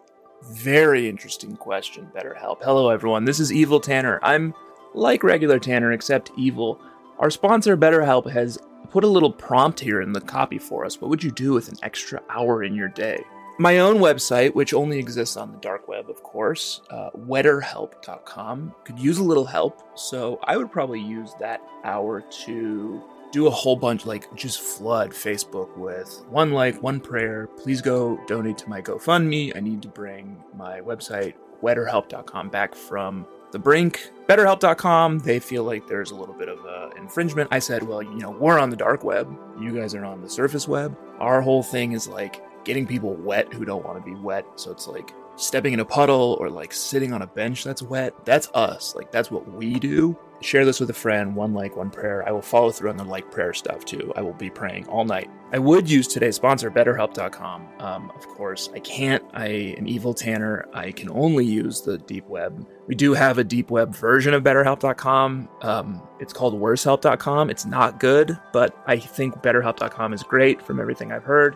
Speaker 5: Very interesting question, BetterHelp. Hello, everyone. This is Evil Tanner. I'm like regular Tanner, except evil. Our sponsor, BetterHelp, has put a little prompt here in the copy for us. What would you do with an extra hour in your day? My own website, which only exists on the dark web, of course, uh, wetterhelp.com, could use a little help. So I would probably use that hour to do a whole bunch, like just flood Facebook with one like, one prayer. Please go donate to my GoFundMe. I need to bring my website, wetterhelp.com, back from the brink. BetterHelp.com, they feel like there's a little bit of uh, infringement. I said, well, you know, we're on the dark web. You guys are on the surface web. Our whole thing is like getting people wet who don't want to be wet. So it's like stepping in a puddle or like sitting on a bench that's wet. That's us. Like, that's what we do. Share this with a friend, one like, one prayer. I will follow through on the like prayer stuff too. I will be praying all night. I would use today's sponsor, BetterHelp.com. Um, of course, I can't. I am evil Tanner. I can only use the deep web. We do have a deep web version of BetterHelp.com. Um, it's called WorseHelp.com. It's not good, but I think BetterHelp.com is great from everything I've heard.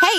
Speaker 10: Hey,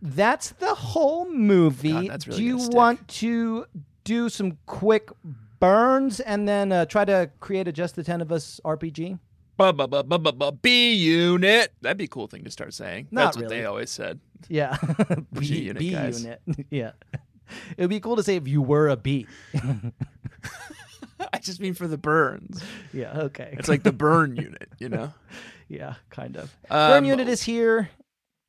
Speaker 2: That's the whole movie. do you want to do some quick burns and then uh, try to create a just the ten of us RPG?
Speaker 9: B unit. That'd be a cool thing to start saying.
Speaker 2: Not
Speaker 9: That's what
Speaker 2: really.
Speaker 9: they always said.
Speaker 2: Yeah,
Speaker 9: G unit,
Speaker 2: <laughs> B
Speaker 9: guys.
Speaker 2: unit. <laughs> yeah, it would be cool to say if you were a B.
Speaker 9: <laughs> I just mean for the burns.
Speaker 2: Yeah, okay.
Speaker 9: It's like the burn unit, you know?
Speaker 2: <laughs> Yeah, kind of.
Speaker 9: Um,
Speaker 2: Burn unit is here.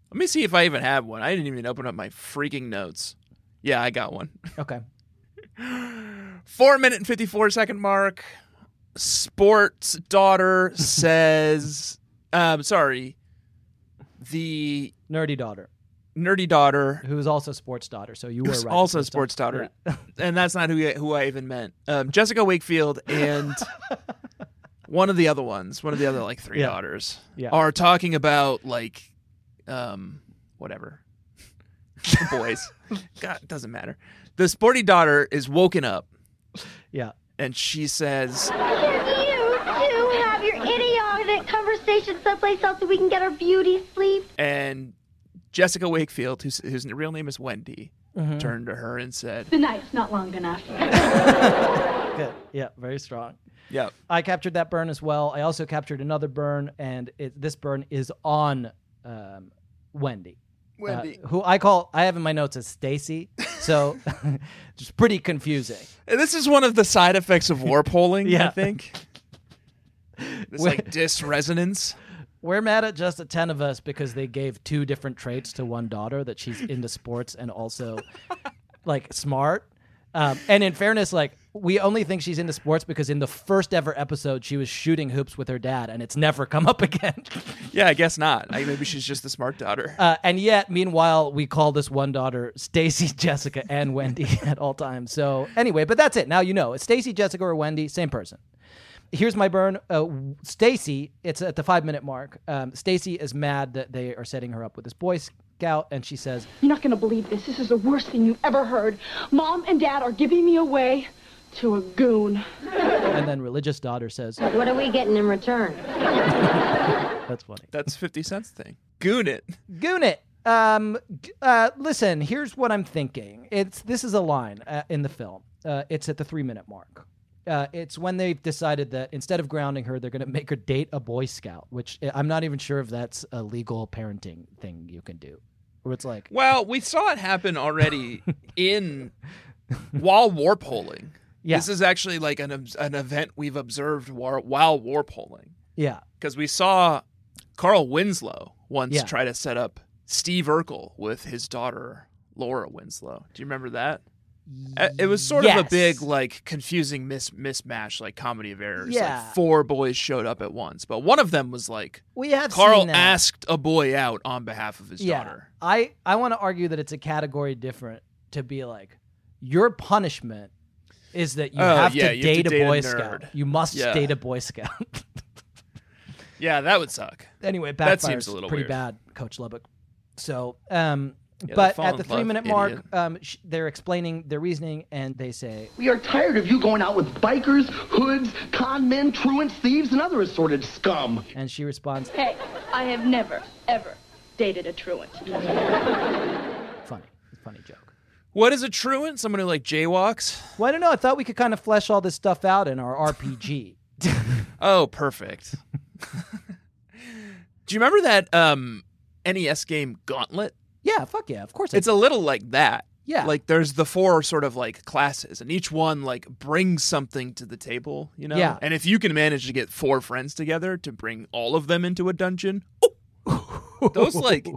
Speaker 9: Let me see if I even have one. I didn't even open up my freaking notes. Yeah, I got one. <laughs>
Speaker 2: Okay.
Speaker 9: Four minute and 54 second mark. Sports daughter says, um, sorry, the
Speaker 2: nerdy daughter.
Speaker 9: Nerdy daughter.
Speaker 2: Who is also sports daughter. So you were
Speaker 9: Who's
Speaker 2: right.
Speaker 9: also sports daughter,
Speaker 2: <laughs>
Speaker 9: and that's not who I, who I even meant. Um, Jessica Wakefield
Speaker 2: <laughs>
Speaker 9: and one of the other ones, one of the other like three
Speaker 2: Yeah.
Speaker 9: daughters,
Speaker 2: Yeah.
Speaker 9: are talking about like, um, whatever, <laughs> The
Speaker 2: <laughs>
Speaker 9: boys. God, it doesn't matter. The sporty daughter is woken up,
Speaker 2: yeah,
Speaker 9: and she says,
Speaker 11: Can you two have your idiotic conversation someplace else so we can get our beauty sleep?
Speaker 9: and Jessica Wakefield, whose whose real name is Wendy,
Speaker 2: Mhm.
Speaker 9: turned to her and said,
Speaker 1: The night's not long enough.
Speaker 2: Good. Yeah, very strong.
Speaker 9: "Yep,
Speaker 2: I captured that burn as well. I also captured another burn, and it, this burn is on um, Wendy.
Speaker 5: Wendy.
Speaker 2: who I call I have in my notes as Stacy. So <laughs> it's pretty confusing.
Speaker 5: And this is one of the side effects of warp holing, I
Speaker 2: Yeah. <laughs>
Speaker 5: think. This
Speaker 2: Wait.
Speaker 5: like dis resonance.
Speaker 2: We're mad at just the 10 of us because they gave two different traits to one daughter that she's into sports and also like smart. Um, and in fairness, like we only think she's into sports because in the first ever episode, she was shooting hoops with her dad and it's never come up <laughs> again.
Speaker 5: Yeah, I guess not. I, maybe she's just the smart daughter.
Speaker 2: Uh, and yet, meanwhile, we call this one daughter Stacy, <laughs> Jessica, and Wendy <laughs> at all times. So anyway, but that's it. Now you know it's Stacy, Jessica, or Wendy, same person. Here's my burn. Uh, Stacy, it's at the five minute mark. Um, Stacy is mad that they are setting her up with this Boy Scout, and she says,
Speaker 6: You're not going to believe this. This is the worst thing you've ever heard. Mom and Dad are giving me away to a goon.
Speaker 2: and then religious daughter says,
Speaker 12: What are we getting in return?
Speaker 2: <laughs> "That's funny."
Speaker 5: That's 50 cents thing. Goon it.
Speaker 2: Goon it. Um, g- uh, listen, here's what I'm thinking. It's this is a line uh, in the film. Uh, it's at the three minute mark. Uh, it's when they've decided that instead of grounding her, they're going to make her date a Boy Scout, which uh, I'm not even sure if that's a legal parenting thing you can do. Where it's like,
Speaker 5: Well, we saw it
Speaker 2: <laughs>
Speaker 5: happen already in while warp holing.
Speaker 2: Yeah.
Speaker 5: This is actually like an obs- an event we've observed war- while warp holing
Speaker 2: yeah,
Speaker 5: because we saw Carl Winslow once
Speaker 2: Yeah.
Speaker 5: try to set up Steve Urkel with his daughter Laura Winslow. Do you remember that? Uh, It was sort of a
Speaker 2: Yes.
Speaker 5: big, like, confusing mis- mismatch, like comedy of errors.
Speaker 2: Yeah.
Speaker 5: Like four boys showed up at once, but one of them was like,
Speaker 2: we have
Speaker 5: Carl
Speaker 2: seen that.
Speaker 5: asked a boy out on behalf of his daughter.
Speaker 2: I, I want to argue that it's a category different to be like, your punishment is that you
Speaker 5: Oh,
Speaker 2: have
Speaker 5: yeah,
Speaker 2: to
Speaker 5: you have
Speaker 2: date
Speaker 5: to
Speaker 2: a
Speaker 5: date a
Speaker 2: Boy
Speaker 5: nerd.
Speaker 2: Scout. You must
Speaker 5: Yeah.
Speaker 2: date a Boy Scout. <laughs>
Speaker 5: Yeah, that would suck.
Speaker 2: anyway, it
Speaker 5: that
Speaker 2: backfires
Speaker 5: seems a little
Speaker 2: pretty
Speaker 5: weird.
Speaker 2: bad, Coach Lubbock. So, um,
Speaker 5: they
Speaker 2: but
Speaker 5: fall
Speaker 2: at the
Speaker 5: in love,
Speaker 2: three minute
Speaker 5: idiot.
Speaker 2: mark, um, sh- they're explaining their reasoning, and they say,
Speaker 7: We are tired of you going out with bikers, hoods, con men, truant thieves, and other assorted scum.
Speaker 2: and she responds,
Speaker 13: Hey, I have never, ever dated a truant.
Speaker 2: "Funny, funny joke."
Speaker 5: What is a truant? Someone who like jaywalks?
Speaker 2: Well, I don't know. I thought we could kind of flesh all this stuff out in our
Speaker 5: <laughs>
Speaker 2: RPG.
Speaker 5: Oh,
Speaker 2: <laughs>
Speaker 5: perfect. Do you remember that um NES game Gauntlet?
Speaker 2: yeah, fuck yeah, of course. I
Speaker 5: It's a little like that.
Speaker 2: Yeah.
Speaker 5: Like there's the four sort of like classes and each one like brings something to the table, you know?
Speaker 2: Yeah.
Speaker 5: And if you can manage to get four friends together to bring all of them into a dungeon, <laughs> those like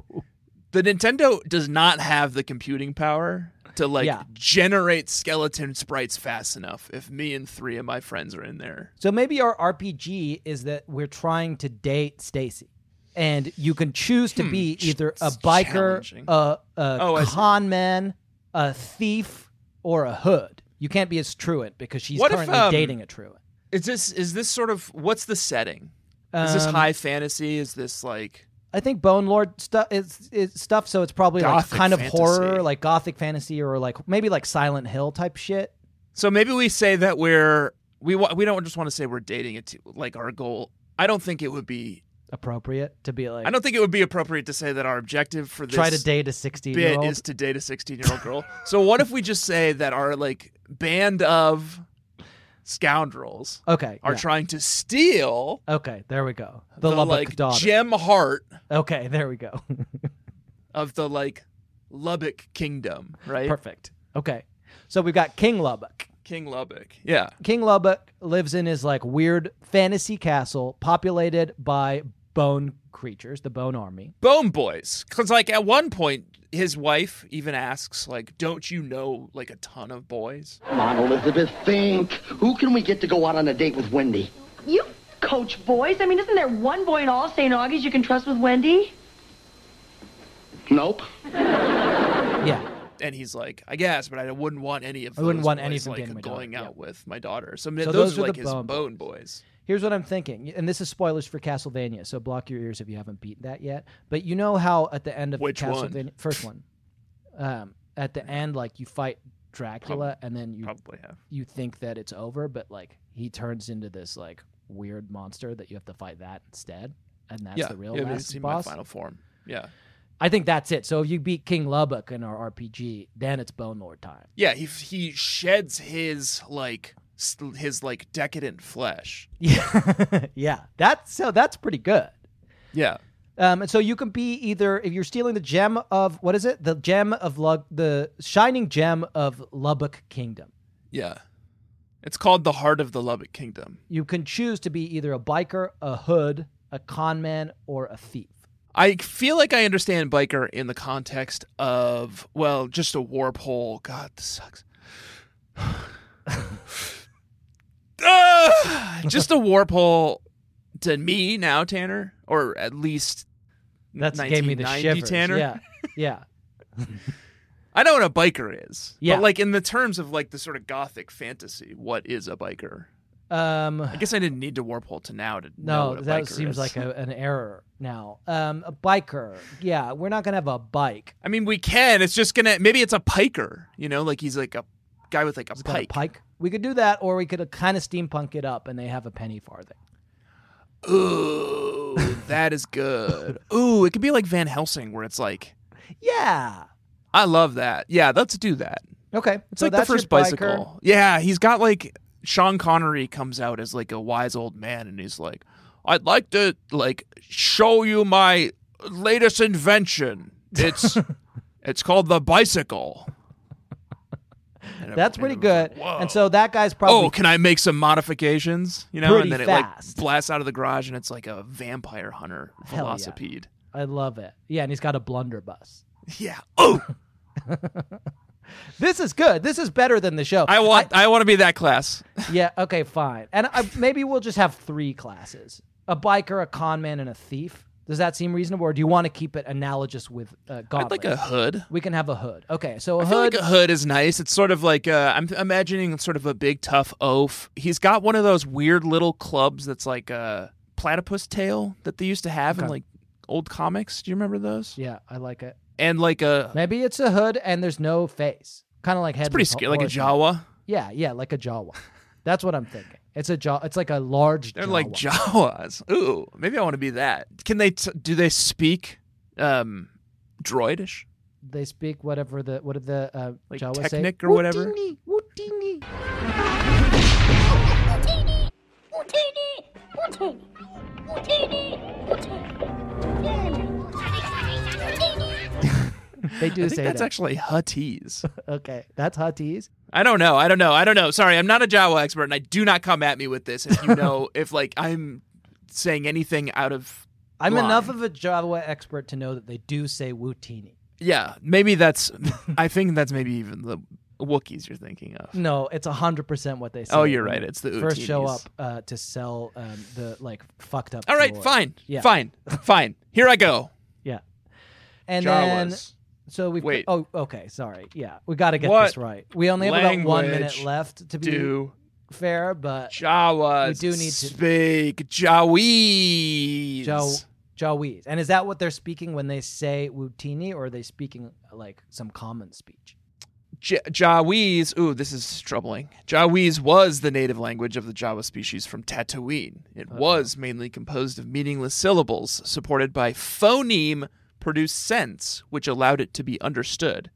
Speaker 5: the Nintendo does not have the computing power to like
Speaker 2: Yeah.
Speaker 5: generate skeleton sprites fast enough if me and three of my friends are in there.
Speaker 2: So maybe our RPG is that we're trying to date Stacy. And you can choose to be either a biker,
Speaker 5: Hmm, challenging.
Speaker 2: a, a
Speaker 5: Oh, I see.
Speaker 2: con man, a thief, or a hood. You can't be as truant because she's
Speaker 5: What if,
Speaker 2: currently
Speaker 5: um,
Speaker 2: dating a truant.
Speaker 5: Is this is this sort of what's the setting? is this
Speaker 2: Um,
Speaker 5: high fantasy? Is this like
Speaker 2: I think Bone Lord stuff is, is stuff, so it's probably
Speaker 5: Gothic
Speaker 2: like kind of
Speaker 5: fantasy.
Speaker 2: horror, like gothic fantasy, or like maybe like Silent Hill type shit.
Speaker 5: so? Maybe we say that we're we wa- we don't just want to say we're dating it. Like our goal, I don't think it would be.
Speaker 2: Appropriate to be like
Speaker 5: I don't think it would be appropriate to say that our objective for this
Speaker 2: try to date a sixteen year
Speaker 5: bit
Speaker 2: old.
Speaker 5: is to date a 16 year old girl. so what if we just say that our like band of scoundrels
Speaker 2: Okay,
Speaker 5: are
Speaker 2: Uh, yeah.
Speaker 5: trying to steal
Speaker 2: okay, there we go. The,
Speaker 5: the
Speaker 2: Lubbock
Speaker 5: like
Speaker 2: daughter.
Speaker 5: gem heart
Speaker 2: okay, there we go. <laughs>
Speaker 5: of the like Lubbock kingdom, right?
Speaker 2: Perfect. Okay. So we've got King Lubbock.
Speaker 5: King Lubbock. Yeah.
Speaker 2: King Lubbock lives in his like weird fantasy castle populated by bone creatures, the bone army.
Speaker 5: Bone Boys. Cuz like at one point his wife even asks like don't you know like a ton of boys?
Speaker 7: Come on, Elizabeth, think. Who can we get to go out on a date with Wendy?
Speaker 6: You coach boys. I mean, isn't there one boy in all St. Augie's you can trust with Wendy?
Speaker 7: Nope.
Speaker 2: Yeah.
Speaker 5: And he's like, I guess, but I wouldn't want any of.
Speaker 2: I wouldn't
Speaker 5: those
Speaker 2: want
Speaker 5: boys,
Speaker 2: any of them
Speaker 5: like,
Speaker 2: dating my daughter,
Speaker 5: going
Speaker 2: yeah.
Speaker 5: out with my daughter. So,
Speaker 2: So
Speaker 5: those,
Speaker 2: those
Speaker 5: are
Speaker 2: are
Speaker 5: like
Speaker 2: the
Speaker 5: his
Speaker 2: Bone
Speaker 5: bone boys.
Speaker 2: Here's what I'm thinking, and this is spoilers for Castlevania, so block your ears if you haven't beaten that yet. But you know how at the end of
Speaker 5: Which one?
Speaker 2: Castlevania first one. Um, at the end, like you fight Dracula and then you
Speaker 5: probably have.
Speaker 2: you think that it's over, but like he turns into this like weird monster that you have to fight that instead. And that's
Speaker 5: yeah,
Speaker 2: the real
Speaker 5: yeah,
Speaker 2: last
Speaker 5: see
Speaker 2: boss.
Speaker 5: my final form. Yeah,
Speaker 2: I think that's it. So if you beat King Lubbock in our RPG, then it's Bone Lord <laughs> time.
Speaker 5: yeah. He he sheds his like s- his like decadent flesh.
Speaker 2: Yeah, yeah. That's so that's pretty good.
Speaker 5: Yeah,
Speaker 2: Um, and so you can be either if you're stealing the gem of what is it? The gem of Lug, the shining gem of Lubbock Kingdom.
Speaker 5: Yeah. It's called the Heart of the Lubbock Kingdom.
Speaker 2: You can choose to be either a biker, a hood, a con man, or a thief.
Speaker 5: I feel like I understand biker in the context of well, just a warp hole. God, this sucks. <sighs> Ah! just a warp hole to me now, Tanner, or at least
Speaker 2: That's gave me the
Speaker 5: 1990
Speaker 2: shivers.
Speaker 5: Tanner.
Speaker 2: Yeah, yeah.
Speaker 5: I know what a biker is,
Speaker 2: Yeah.
Speaker 5: but like in the terms of like the sort of gothic fantasy, what is a biker?
Speaker 2: Um,
Speaker 5: I guess I didn't need to warp hole to now to know
Speaker 2: No,
Speaker 5: what a
Speaker 2: that
Speaker 5: biker
Speaker 2: seems
Speaker 5: is.
Speaker 2: like
Speaker 5: <laughs>
Speaker 2: a, an error now. Um, a biker. Yeah, we're not gonna have a bike.
Speaker 5: I mean, we can. It's just gonna. Maybe it's a piker. You know, like he's like a guy with like a
Speaker 2: Got a
Speaker 5: pike.
Speaker 2: pike. We could do that, or we could kind of steampunk it up, and they have a penny farthing.
Speaker 5: Ooh, that
Speaker 2: <laughs>
Speaker 5: is good. Ooh, it could be like Van Helsing, where it's like,
Speaker 2: yeah,
Speaker 5: I love that. Yeah, let's do that.
Speaker 2: Okay,
Speaker 5: It's
Speaker 2: so
Speaker 5: like the
Speaker 2: that's your
Speaker 5: first
Speaker 2: biker.
Speaker 5: bicycle. Yeah, he's got like Sean Connery comes out as like a wise old man, and he's like, I'd like to like show you my latest invention.
Speaker 2: <laughs>
Speaker 5: It's it's called the bicycle.
Speaker 2: That's pretty good. And so that guy's probably
Speaker 5: oh, can I make some modifications? You know,
Speaker 2: Pretty
Speaker 5: and then
Speaker 2: fast.
Speaker 5: it like blasts out of the garage, and it's like a vampire hunter
Speaker 2: Hell yeah.
Speaker 5: velocipede.
Speaker 2: I love it. Yeah, and he's got a blunderbuss.
Speaker 5: Yeah. <laughs> Oh.
Speaker 2: this is good. This is better than the show.
Speaker 5: I want I, want to be that class.
Speaker 2: yeah. Okay. Fine. And I, maybe we'll just have three classes: a biker, a con man, and a thief. Does that seem reasonable, or do you want to keep it analogous with uh,
Speaker 5: I'd like a
Speaker 2: goblins?
Speaker 5: hood.
Speaker 2: We can have a hood. Okay. So a
Speaker 5: I
Speaker 2: hood.
Speaker 5: feel like a hood is nice. It's sort of like uh, I'm imagining sort of a big tough oaf. He's got one of those weird little clubs that's like a platypus tail that they used to have in
Speaker 2: Okay.
Speaker 5: like old comics. Do you remember those?
Speaker 2: Yeah, I like it.
Speaker 5: And like a
Speaker 2: Maybe it's a hood and there's no face. Kind of like head.
Speaker 5: it's pretty scary, like a Jawa.
Speaker 2: Yeah, yeah, like a Jawa. That's what I'm thinking. It's a Jawa. It's like a large.
Speaker 5: They're like Jawas. <laughs> Ooh, maybe I want to be that. Can they? T- do they speak um, droidish?
Speaker 2: They speak whatever the what did the uh,
Speaker 5: Like
Speaker 2: Jawa say?
Speaker 5: Technic or whatever?
Speaker 2: Wootini, wootini. They do
Speaker 5: I think
Speaker 2: say
Speaker 5: that's
Speaker 2: that.
Speaker 5: actually Huttese. <laughs>
Speaker 2: okay, that's Huttese.
Speaker 5: I don't know. I don't know. I don't know. Sorry, I'm not a Jawa expert, and I do not come at me with this. If
Speaker 2: <laughs>
Speaker 5: you know, if like I'm saying anything out of,
Speaker 2: I'm
Speaker 5: line.
Speaker 2: enough of a Jawa expert to know that they do say wootini.
Speaker 5: Yeah, maybe that's. I think that's maybe even the Wookiees you're thinking of.
Speaker 2: No, it's hundred percent what they say.
Speaker 5: Oh, you're
Speaker 2: when
Speaker 5: right.
Speaker 2: they
Speaker 5: It's the
Speaker 2: first show up
Speaker 5: Utinis.
Speaker 2: uh, to sell um, the like fucked up.
Speaker 5: All right,
Speaker 2: droid.
Speaker 5: fine,
Speaker 2: Yeah.
Speaker 5: fine, fine. Here I go.
Speaker 2: Yeah. And then
Speaker 5: Jawas.
Speaker 2: so we've
Speaker 5: Wait.
Speaker 2: oh okay, sorry. Yeah. We gotta get
Speaker 5: What
Speaker 2: this right. We only have about one minute
Speaker 5: language
Speaker 2: left to be
Speaker 5: do
Speaker 2: fair, but
Speaker 5: Jawas
Speaker 2: We do need to-
Speaker 5: speak Jawese.
Speaker 2: Jaw Jawese. And is that what they're speaking when they say Wutini or are they speaking like some common speech?
Speaker 5: J- Jawese, ooh, this is troubling. Jawese was the native language of the Jawa species from Tatooine. It
Speaker 2: Uh-huh.
Speaker 5: was mainly composed of meaningless syllables, supported by phoneme produced sense, which allowed it to be understood.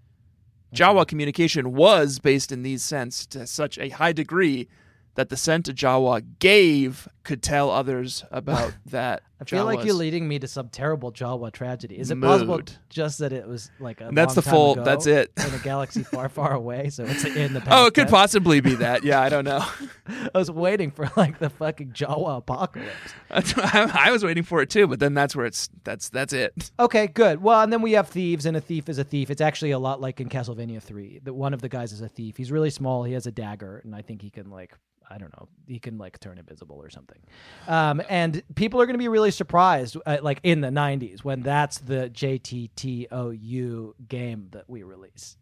Speaker 5: Jawa communication was based in these sense to such a high degree that the scent a Jawa gave could tell others
Speaker 2: <laughs>
Speaker 5: about that.
Speaker 2: I feel like
Speaker 5: Jawa's-
Speaker 2: you're leading me to some terrible Jawa tragedy. Is it possible
Speaker 5: Mood.
Speaker 2: just that it was like a
Speaker 5: And that's
Speaker 2: long
Speaker 5: the
Speaker 2: time
Speaker 5: full-
Speaker 2: ago
Speaker 5: that's it.
Speaker 2: <laughs> in a galaxy far, far away, so it's in the past.
Speaker 5: <laughs> Oh, it could
Speaker 2: tense?
Speaker 5: possibly be that. Yeah, I don't know.
Speaker 2: <laughs>
Speaker 5: <laughs>
Speaker 2: I was waiting for like the fucking Jawa apocalypse.
Speaker 5: I I was waiting for it too, but then that's where it's that's that's it.
Speaker 2: Okay, good. Well, and then we have thieves, and a thief is a thief. It's actually a lot like in Castlevania Three. That one of the guys is a thief. He's really small. He has a dagger, and I think he can like I don't know. He can like turn invisible or something. Um, and people are going to be really surprised, uh, like in the '90s, when that's the JTTOU game that we release.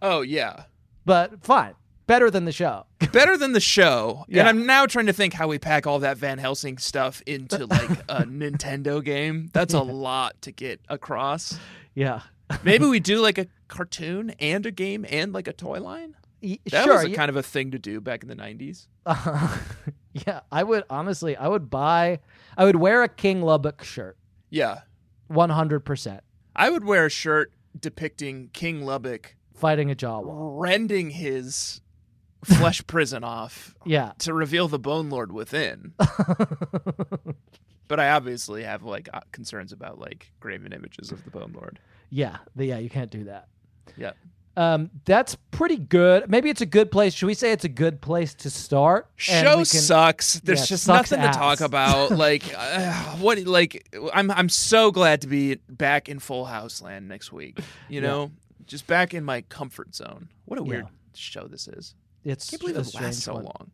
Speaker 5: Oh yeah.
Speaker 2: But fine, better than the show. <laughs>
Speaker 5: Better than the show.
Speaker 2: Yeah.
Speaker 5: And I'm now trying to think how we pack all that Van Helsing stuff into like
Speaker 2: <laughs>
Speaker 5: a Nintendo game. That's a lot to get across.
Speaker 2: Yeah.
Speaker 5: Maybe we do like a cartoon and a game and like a toy line.
Speaker 2: Y-
Speaker 5: That
Speaker 2: sure,
Speaker 5: was a
Speaker 2: yeah.
Speaker 5: kind of a thing to do back in the 90s.
Speaker 2: <laughs> yeah, I would honestly, I would buy, I would wear a King Lubbock shirt,
Speaker 5: Yeah.
Speaker 2: one hundred percent,
Speaker 5: I would wear a shirt depicting King Lubbock
Speaker 2: fighting a Jawa.
Speaker 5: rending his flesh prison off
Speaker 2: Yeah. <laughs>
Speaker 5: to reveal the Bone Lord within. but I obviously have like uh, concerns about like graven images of the Bone Lord.
Speaker 2: Yeah, the, yeah, you can't do that.
Speaker 5: Yeah.
Speaker 2: Um, that's pretty good. Maybe it's a good place. Should we say it's a good place to start? And
Speaker 5: Show
Speaker 2: we can-
Speaker 5: sucks. There's
Speaker 2: Yeah, it
Speaker 5: just
Speaker 2: sucks
Speaker 5: nothing
Speaker 2: ass.
Speaker 5: to
Speaker 2: <laughs>
Speaker 5: talk about. like uh, what? Like I'm I'm so glad to be back in Full House land next week. You
Speaker 2: Yeah.
Speaker 5: know, just back in my comfort zone. What a
Speaker 2: Yeah.
Speaker 5: weird show this is.
Speaker 2: It's
Speaker 5: can't believe
Speaker 2: a
Speaker 5: it
Speaker 2: strange
Speaker 5: lasts so
Speaker 2: one.
Speaker 5: long.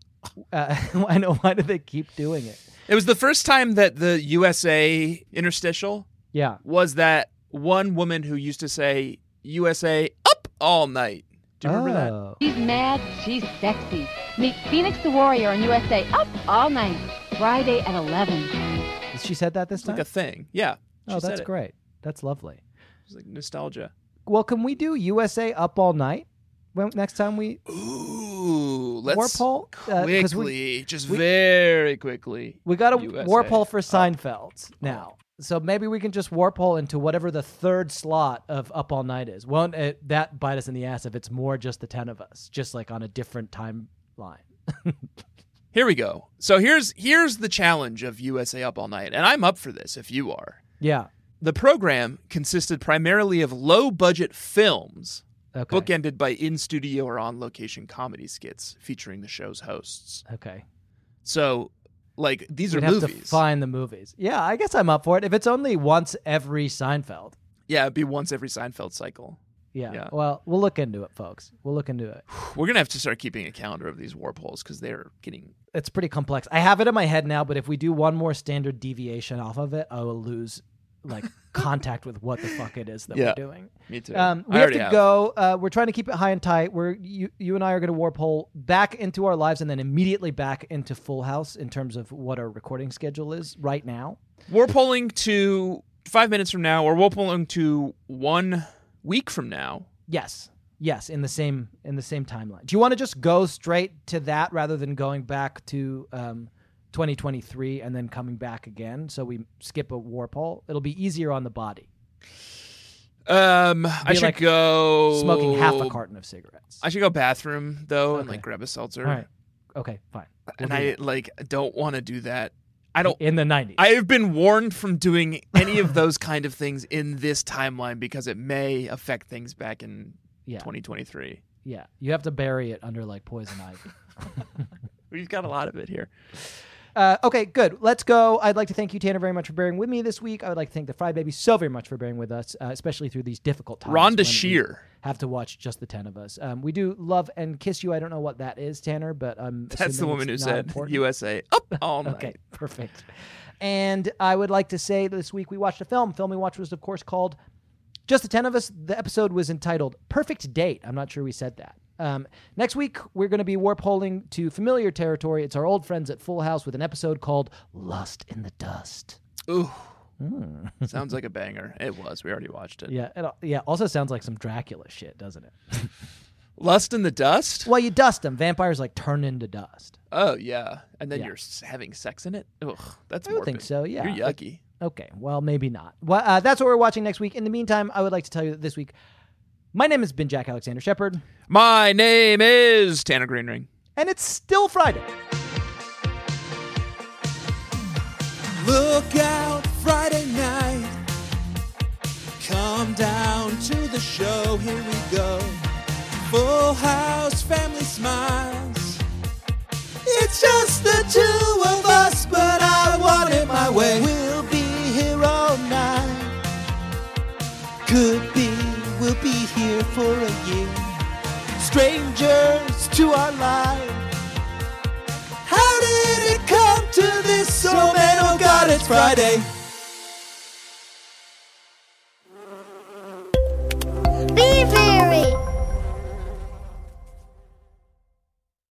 Speaker 2: Uh, <laughs> I know. Why do they keep doing it?
Speaker 5: It was the first time that the USA interstitial
Speaker 2: Yeah.
Speaker 5: was that one woman who used to say USA up all night. Do you remember
Speaker 2: Oh,
Speaker 5: that?
Speaker 14: Oh. She's mad, she's sexy. Meet Phoenix the Warrior on USA Up All Night, Friday at 11.
Speaker 2: She said that this
Speaker 5: It's like a thing. Yeah.
Speaker 2: Oh,
Speaker 5: she said
Speaker 2: that's
Speaker 5: it.
Speaker 2: great. That's lovely.
Speaker 5: It's like nostalgia.
Speaker 2: Well, can we do USA up all night when, next time we?
Speaker 5: Ooh, let's
Speaker 2: Warp hole? Uh, 'cause
Speaker 5: quickly,
Speaker 2: we-
Speaker 5: just
Speaker 2: we-
Speaker 5: very quickly.
Speaker 2: We got a
Speaker 5: USA.
Speaker 2: warp hole
Speaker 5: Oh.
Speaker 2: for Seinfeld now. So maybe we can just warp hole into whatever the third slot of Up All Night is. Won't it, that bite us in the ass if it's more just the 10 of us, just like on a different timeline?
Speaker 5: Here we go. So here's here's the challenge of USA up all night, and I'm up for this if you are.
Speaker 2: Yeah.
Speaker 5: The program consisted primarily of low budget films,
Speaker 2: Okay.
Speaker 5: bookended by in studio or on location comedy skits featuring the show's hosts.
Speaker 2: Okay.
Speaker 5: So, like these
Speaker 2: We'd
Speaker 5: are
Speaker 2: have
Speaker 5: movies.
Speaker 2: to find the movies. Yeah, I guess I'm up for it. If it's only once every Seinfeld.
Speaker 5: yeah, it'd be once every Seinfeld cycle.
Speaker 2: Yeah.
Speaker 5: Yeah.
Speaker 2: Well, we'll look into it, folks. We'll look into it.
Speaker 5: We're gonna have to start keeping a calendar of these warp holes because they're getting
Speaker 2: It's pretty complex. I have it in my head now, but if we do one more standard deviation off of it, I will lose
Speaker 5: <laughs>
Speaker 2: like contact with what the fuck it is that
Speaker 5: Yeah.
Speaker 2: we're doing.
Speaker 5: Me too.
Speaker 2: Um, we
Speaker 5: I
Speaker 2: have
Speaker 5: already
Speaker 2: to
Speaker 5: have.
Speaker 2: go. Uh, we're trying to keep it high and tight. We're you, you and I are going to warp hole back into our lives and then immediately back into Full House in terms of what our recording schedule is right now.
Speaker 5: We're polling to five minutes from now, or we're polling to one week from now.
Speaker 2: Yes. Yes, in the same in the same timeline. Do you want to just go straight to that rather than going back to um, 2023 and then coming back again? So we skip a warp hole. It'll be easier on the body.
Speaker 5: Um, I
Speaker 2: Be
Speaker 5: should
Speaker 2: like
Speaker 5: go
Speaker 2: smoking half a carton of cigarettes.
Speaker 5: I should go bathroom though and
Speaker 2: Okay.
Speaker 5: like grab a seltzer.
Speaker 2: All right. Okay. Fine. We'll
Speaker 5: And
Speaker 2: do
Speaker 5: I
Speaker 2: that.
Speaker 5: like don't want to do that. I don't.
Speaker 2: in the 90s.
Speaker 5: I have been warned from doing any of those kind of things in this timeline because it may affect things back in
Speaker 2: Yeah.
Speaker 5: 2023.
Speaker 2: yeah, you have to bury it under like poison ivy.
Speaker 5: We've got a lot of it here.
Speaker 2: Uh, okay, good. Let's go. I'd like to thank you, Tanner, very much for bearing with me this week. I would like to thank the Fried Baby so very much for bearing with us, uh, especially through these difficult times.
Speaker 5: Rhonda
Speaker 2: when we
Speaker 5: Shear.
Speaker 2: Have to watch just the ten of us. Um, we do love and kiss you. I don't know what that is, Tanner, but um,
Speaker 5: That's the woman who said USA up
Speaker 2: <laughs>
Speaker 5: all night.
Speaker 2: Okay, perfect. And I would like to say this week we watched a film. Film we watched was, of course, called Just the Ten of Us. The episode was entitled Perfect Date. I'm not sure we said that. Um, next week, we're going to be warp holing to familiar territory. It's our old friends at Full House with an episode called Lust in the Dust.
Speaker 5: Ooh. Sounds like a banger. It was. We already watched it.
Speaker 2: Hmm. Yeah, it, al- yeah. Also sounds like some Dracula shit, doesn't it?
Speaker 5: Lust in the Dust?
Speaker 2: well, you dust them. Vampires like turn into dust.
Speaker 5: Oh, yeah. And then
Speaker 2: Yeah.
Speaker 5: you're s- having sex in it? Ugh, that's
Speaker 2: I would
Speaker 5: morbid.
Speaker 2: think so, yeah.
Speaker 5: You're
Speaker 2: Like-
Speaker 5: yucky.
Speaker 2: Okay, well, maybe not. Well, uh, that's what we're watching next week. In the meantime, I would like to tell you that this week, my name has been Jack Alexander Shepard.
Speaker 5: My name is Tanner Greenring.
Speaker 2: and it's still Friday.
Speaker 4: Look out Friday night. Come down to the show, here we go. Full house, family smiles. It's just the two of us, but I want it my way. We'll be here all night. Could be we'll be here for a year. Strangers to our lives. How did it come to this? So man, oh God, it's Friday.